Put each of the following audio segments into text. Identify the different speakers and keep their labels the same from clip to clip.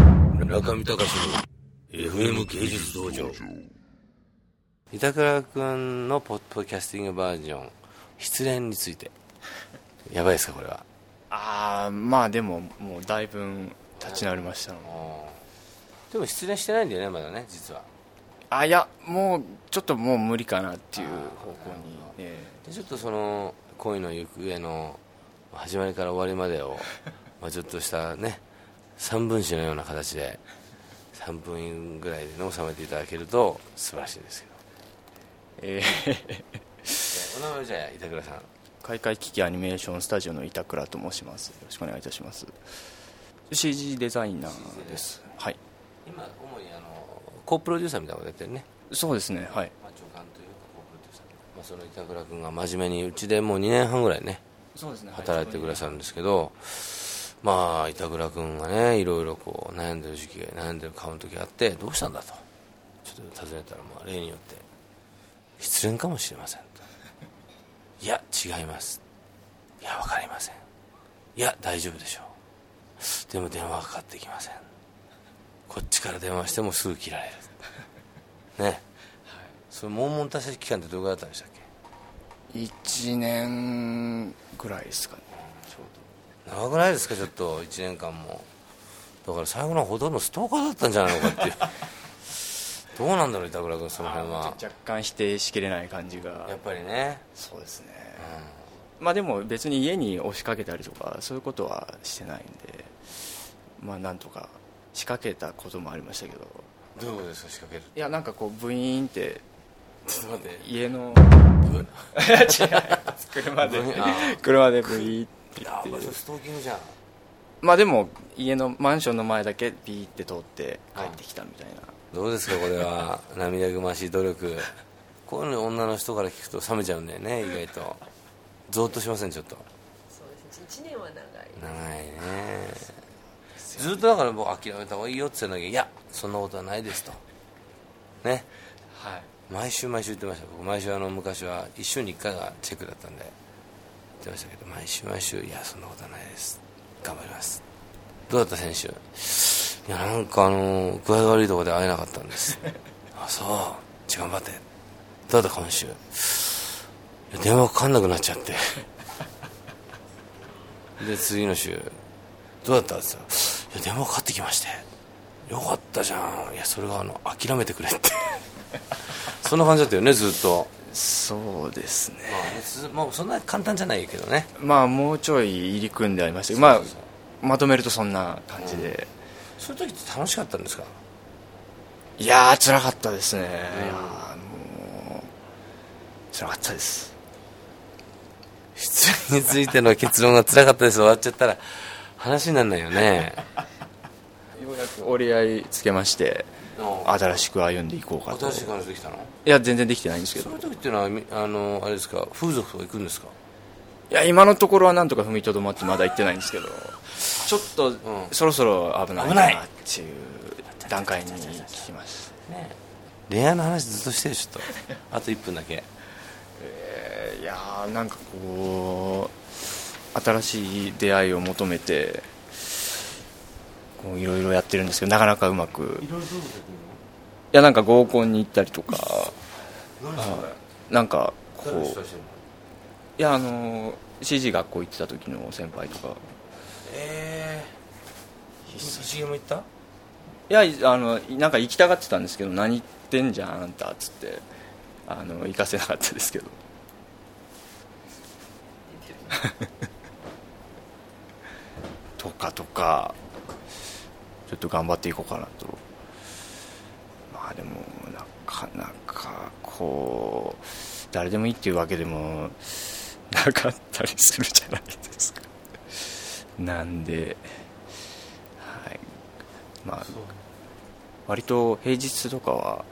Speaker 1: 村上隆の FM 芸術道場板倉君のポッドキャスティングバージョン失恋についてやばいですかこれは
Speaker 2: ああまあでももうだいぶん立ち直りましたの
Speaker 1: でも失恋してないんだよねまだね実は
Speaker 2: あいやもうちょっともう無理かなっていう方向に、え
Speaker 1: でちょっとその恋の行方の始まりから終わりまでを まあちょっとしたね三分詞のような形で3分ぐらいで収めていただけると素晴らしいですけど
Speaker 2: えええ
Speaker 1: お名前をじゃあ板倉さん
Speaker 2: 開会機器アニメーションスタジオの板倉と申しますよろしくお願いいたします CG デザイナーですはい
Speaker 1: 今主にあのコープロデューサーみたいなことやってるね、
Speaker 2: そうですねはい
Speaker 1: まあ、長官というかコープロデューサー、まあ、その板倉君が真面目にうちでもう2年半ぐらいね
Speaker 2: そうですね
Speaker 1: 働いてくださるんですけど、まあ板倉君がねいろいろこう悩んでる時期悩んでる顔の時があってどうしたんだとちょっと尋ねたらまあ例によって失恋かもしれませんといや違いますいや分かりませんいや大丈夫でしょうでも電話はかかってきませんこっちから電話してもすぐ切られるね、それ悶々たした期間ってどれぐらいだったんでしたっけ
Speaker 2: 1年ぐらいですかねちょう
Speaker 1: 長くないですかちょっと1年間もだから最後の方ほとんどストーカーだったんじゃないのかっていうどうなんだろう板倉君その辺
Speaker 2: ど
Speaker 1: は
Speaker 2: 若干否定しきれない感じが
Speaker 1: やっぱりね
Speaker 2: そうですね、まあでも別に家に押しかけたりとかそういうことはしてないんでまあなんとか仕掛けたこともありましたけど
Speaker 1: どういうことですか仕掛ける
Speaker 2: いやなんかこうブイーンって
Speaker 1: ちょっと待って
Speaker 2: 家の
Speaker 1: ブー
Speaker 2: 違う車で
Speaker 1: ブイーンあー
Speaker 2: 車でブイーンって
Speaker 1: やっ
Speaker 2: 言
Speaker 1: ぱ
Speaker 2: っ
Speaker 1: そ
Speaker 2: て
Speaker 1: れストーキングじゃん
Speaker 2: まあでも家のマンションの前だけビーって通って帰ってきたみたいな
Speaker 1: どうですかこれは涙ぐましい努力こういうの女の人から聞くと冷めちゃうんだよね意外とゾーッとしませんちょっと
Speaker 3: そうですね1年は長い
Speaker 1: 長いねずっとだから僕諦めた方がいいよって言ってんだけどいやそんなことはないですとね
Speaker 2: はい
Speaker 1: 毎週毎週言ってました僕毎週あの昔は一週に一回がチェックだったんで言ってましたけど毎週毎週いやそんなことはないです頑張りますどうだった選手いやなんかあの具合悪いとこで会えなかったんですあそうじゃあ頑張ってどうだった今週いや電話かかんなくなっちゃってで次の週どうだったって言ったらいや電話かかってきましてよかったじゃんいやそれがあの諦めてくれってそんな感じだったよねずっと
Speaker 2: そうですね
Speaker 1: まあねつもうそんな簡単じゃないけどね
Speaker 2: まあもうちょい入り組んでありましたけど
Speaker 1: そうそう
Speaker 2: まあ、まとめるとそんな感じで、
Speaker 1: そういう時って楽しかったんですか
Speaker 2: いやー辛かったですね、いやーもう辛かったです
Speaker 1: 失恋についての結論が辛かったです終わっちゃったら話にならないよね
Speaker 2: ようやく折り合いつけまして新しく歩んでいこうかとい
Speaker 1: 新しい彼女できたの
Speaker 2: や全然できてないんですけ
Speaker 1: そ
Speaker 2: ど
Speaker 1: ういう時っていうのはみあのあれですか風俗とか行くんですか
Speaker 2: いや今のところはなんとか踏みとどまってまだ行ってないんですけどちょっと、そろそろ危ない
Speaker 1: 危ない
Speaker 2: なっていう段階に聞きました
Speaker 1: ね恋愛の話ずっとしてるちょっとあと1分だけ
Speaker 2: いやーなんかこう新しい出会いを求めてこういろいろやってるんですけどなかなかうまくいやなんか合コンに行ったりとかなんかこういやあのー CG 学校行ってた時の先輩とか
Speaker 1: ええ一芸も行った
Speaker 2: いやあのなんか行きたがってたんですけど何言ってんじゃんあんたっつってあの行かせなかったですけど とかとかちょっと頑張っていこうかなとまあでもなかなかこう誰でもいいっていうわけでもなかったりするじゃないですかなんではいまあ割と平日とかは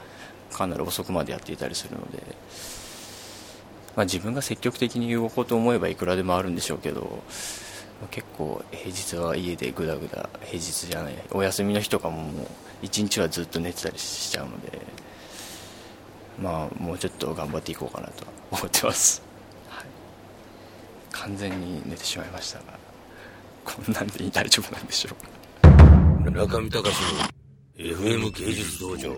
Speaker 2: かなり遅くまでやっていたりするので、まあ、自分が積極的に動こうと思えばいくらでもあるんでしょうけど、まあ結構平日は家でぐだぐだ平日じゃないお休みの日とかももう一日はずっと寝てたりしちゃうので、まあ、もうちょっと頑張っていこうかなと思ってます、はい完全に寝てしまいましたがこんなんで大丈夫なんでしょうか
Speaker 1: 村上隆の FM 芸術道場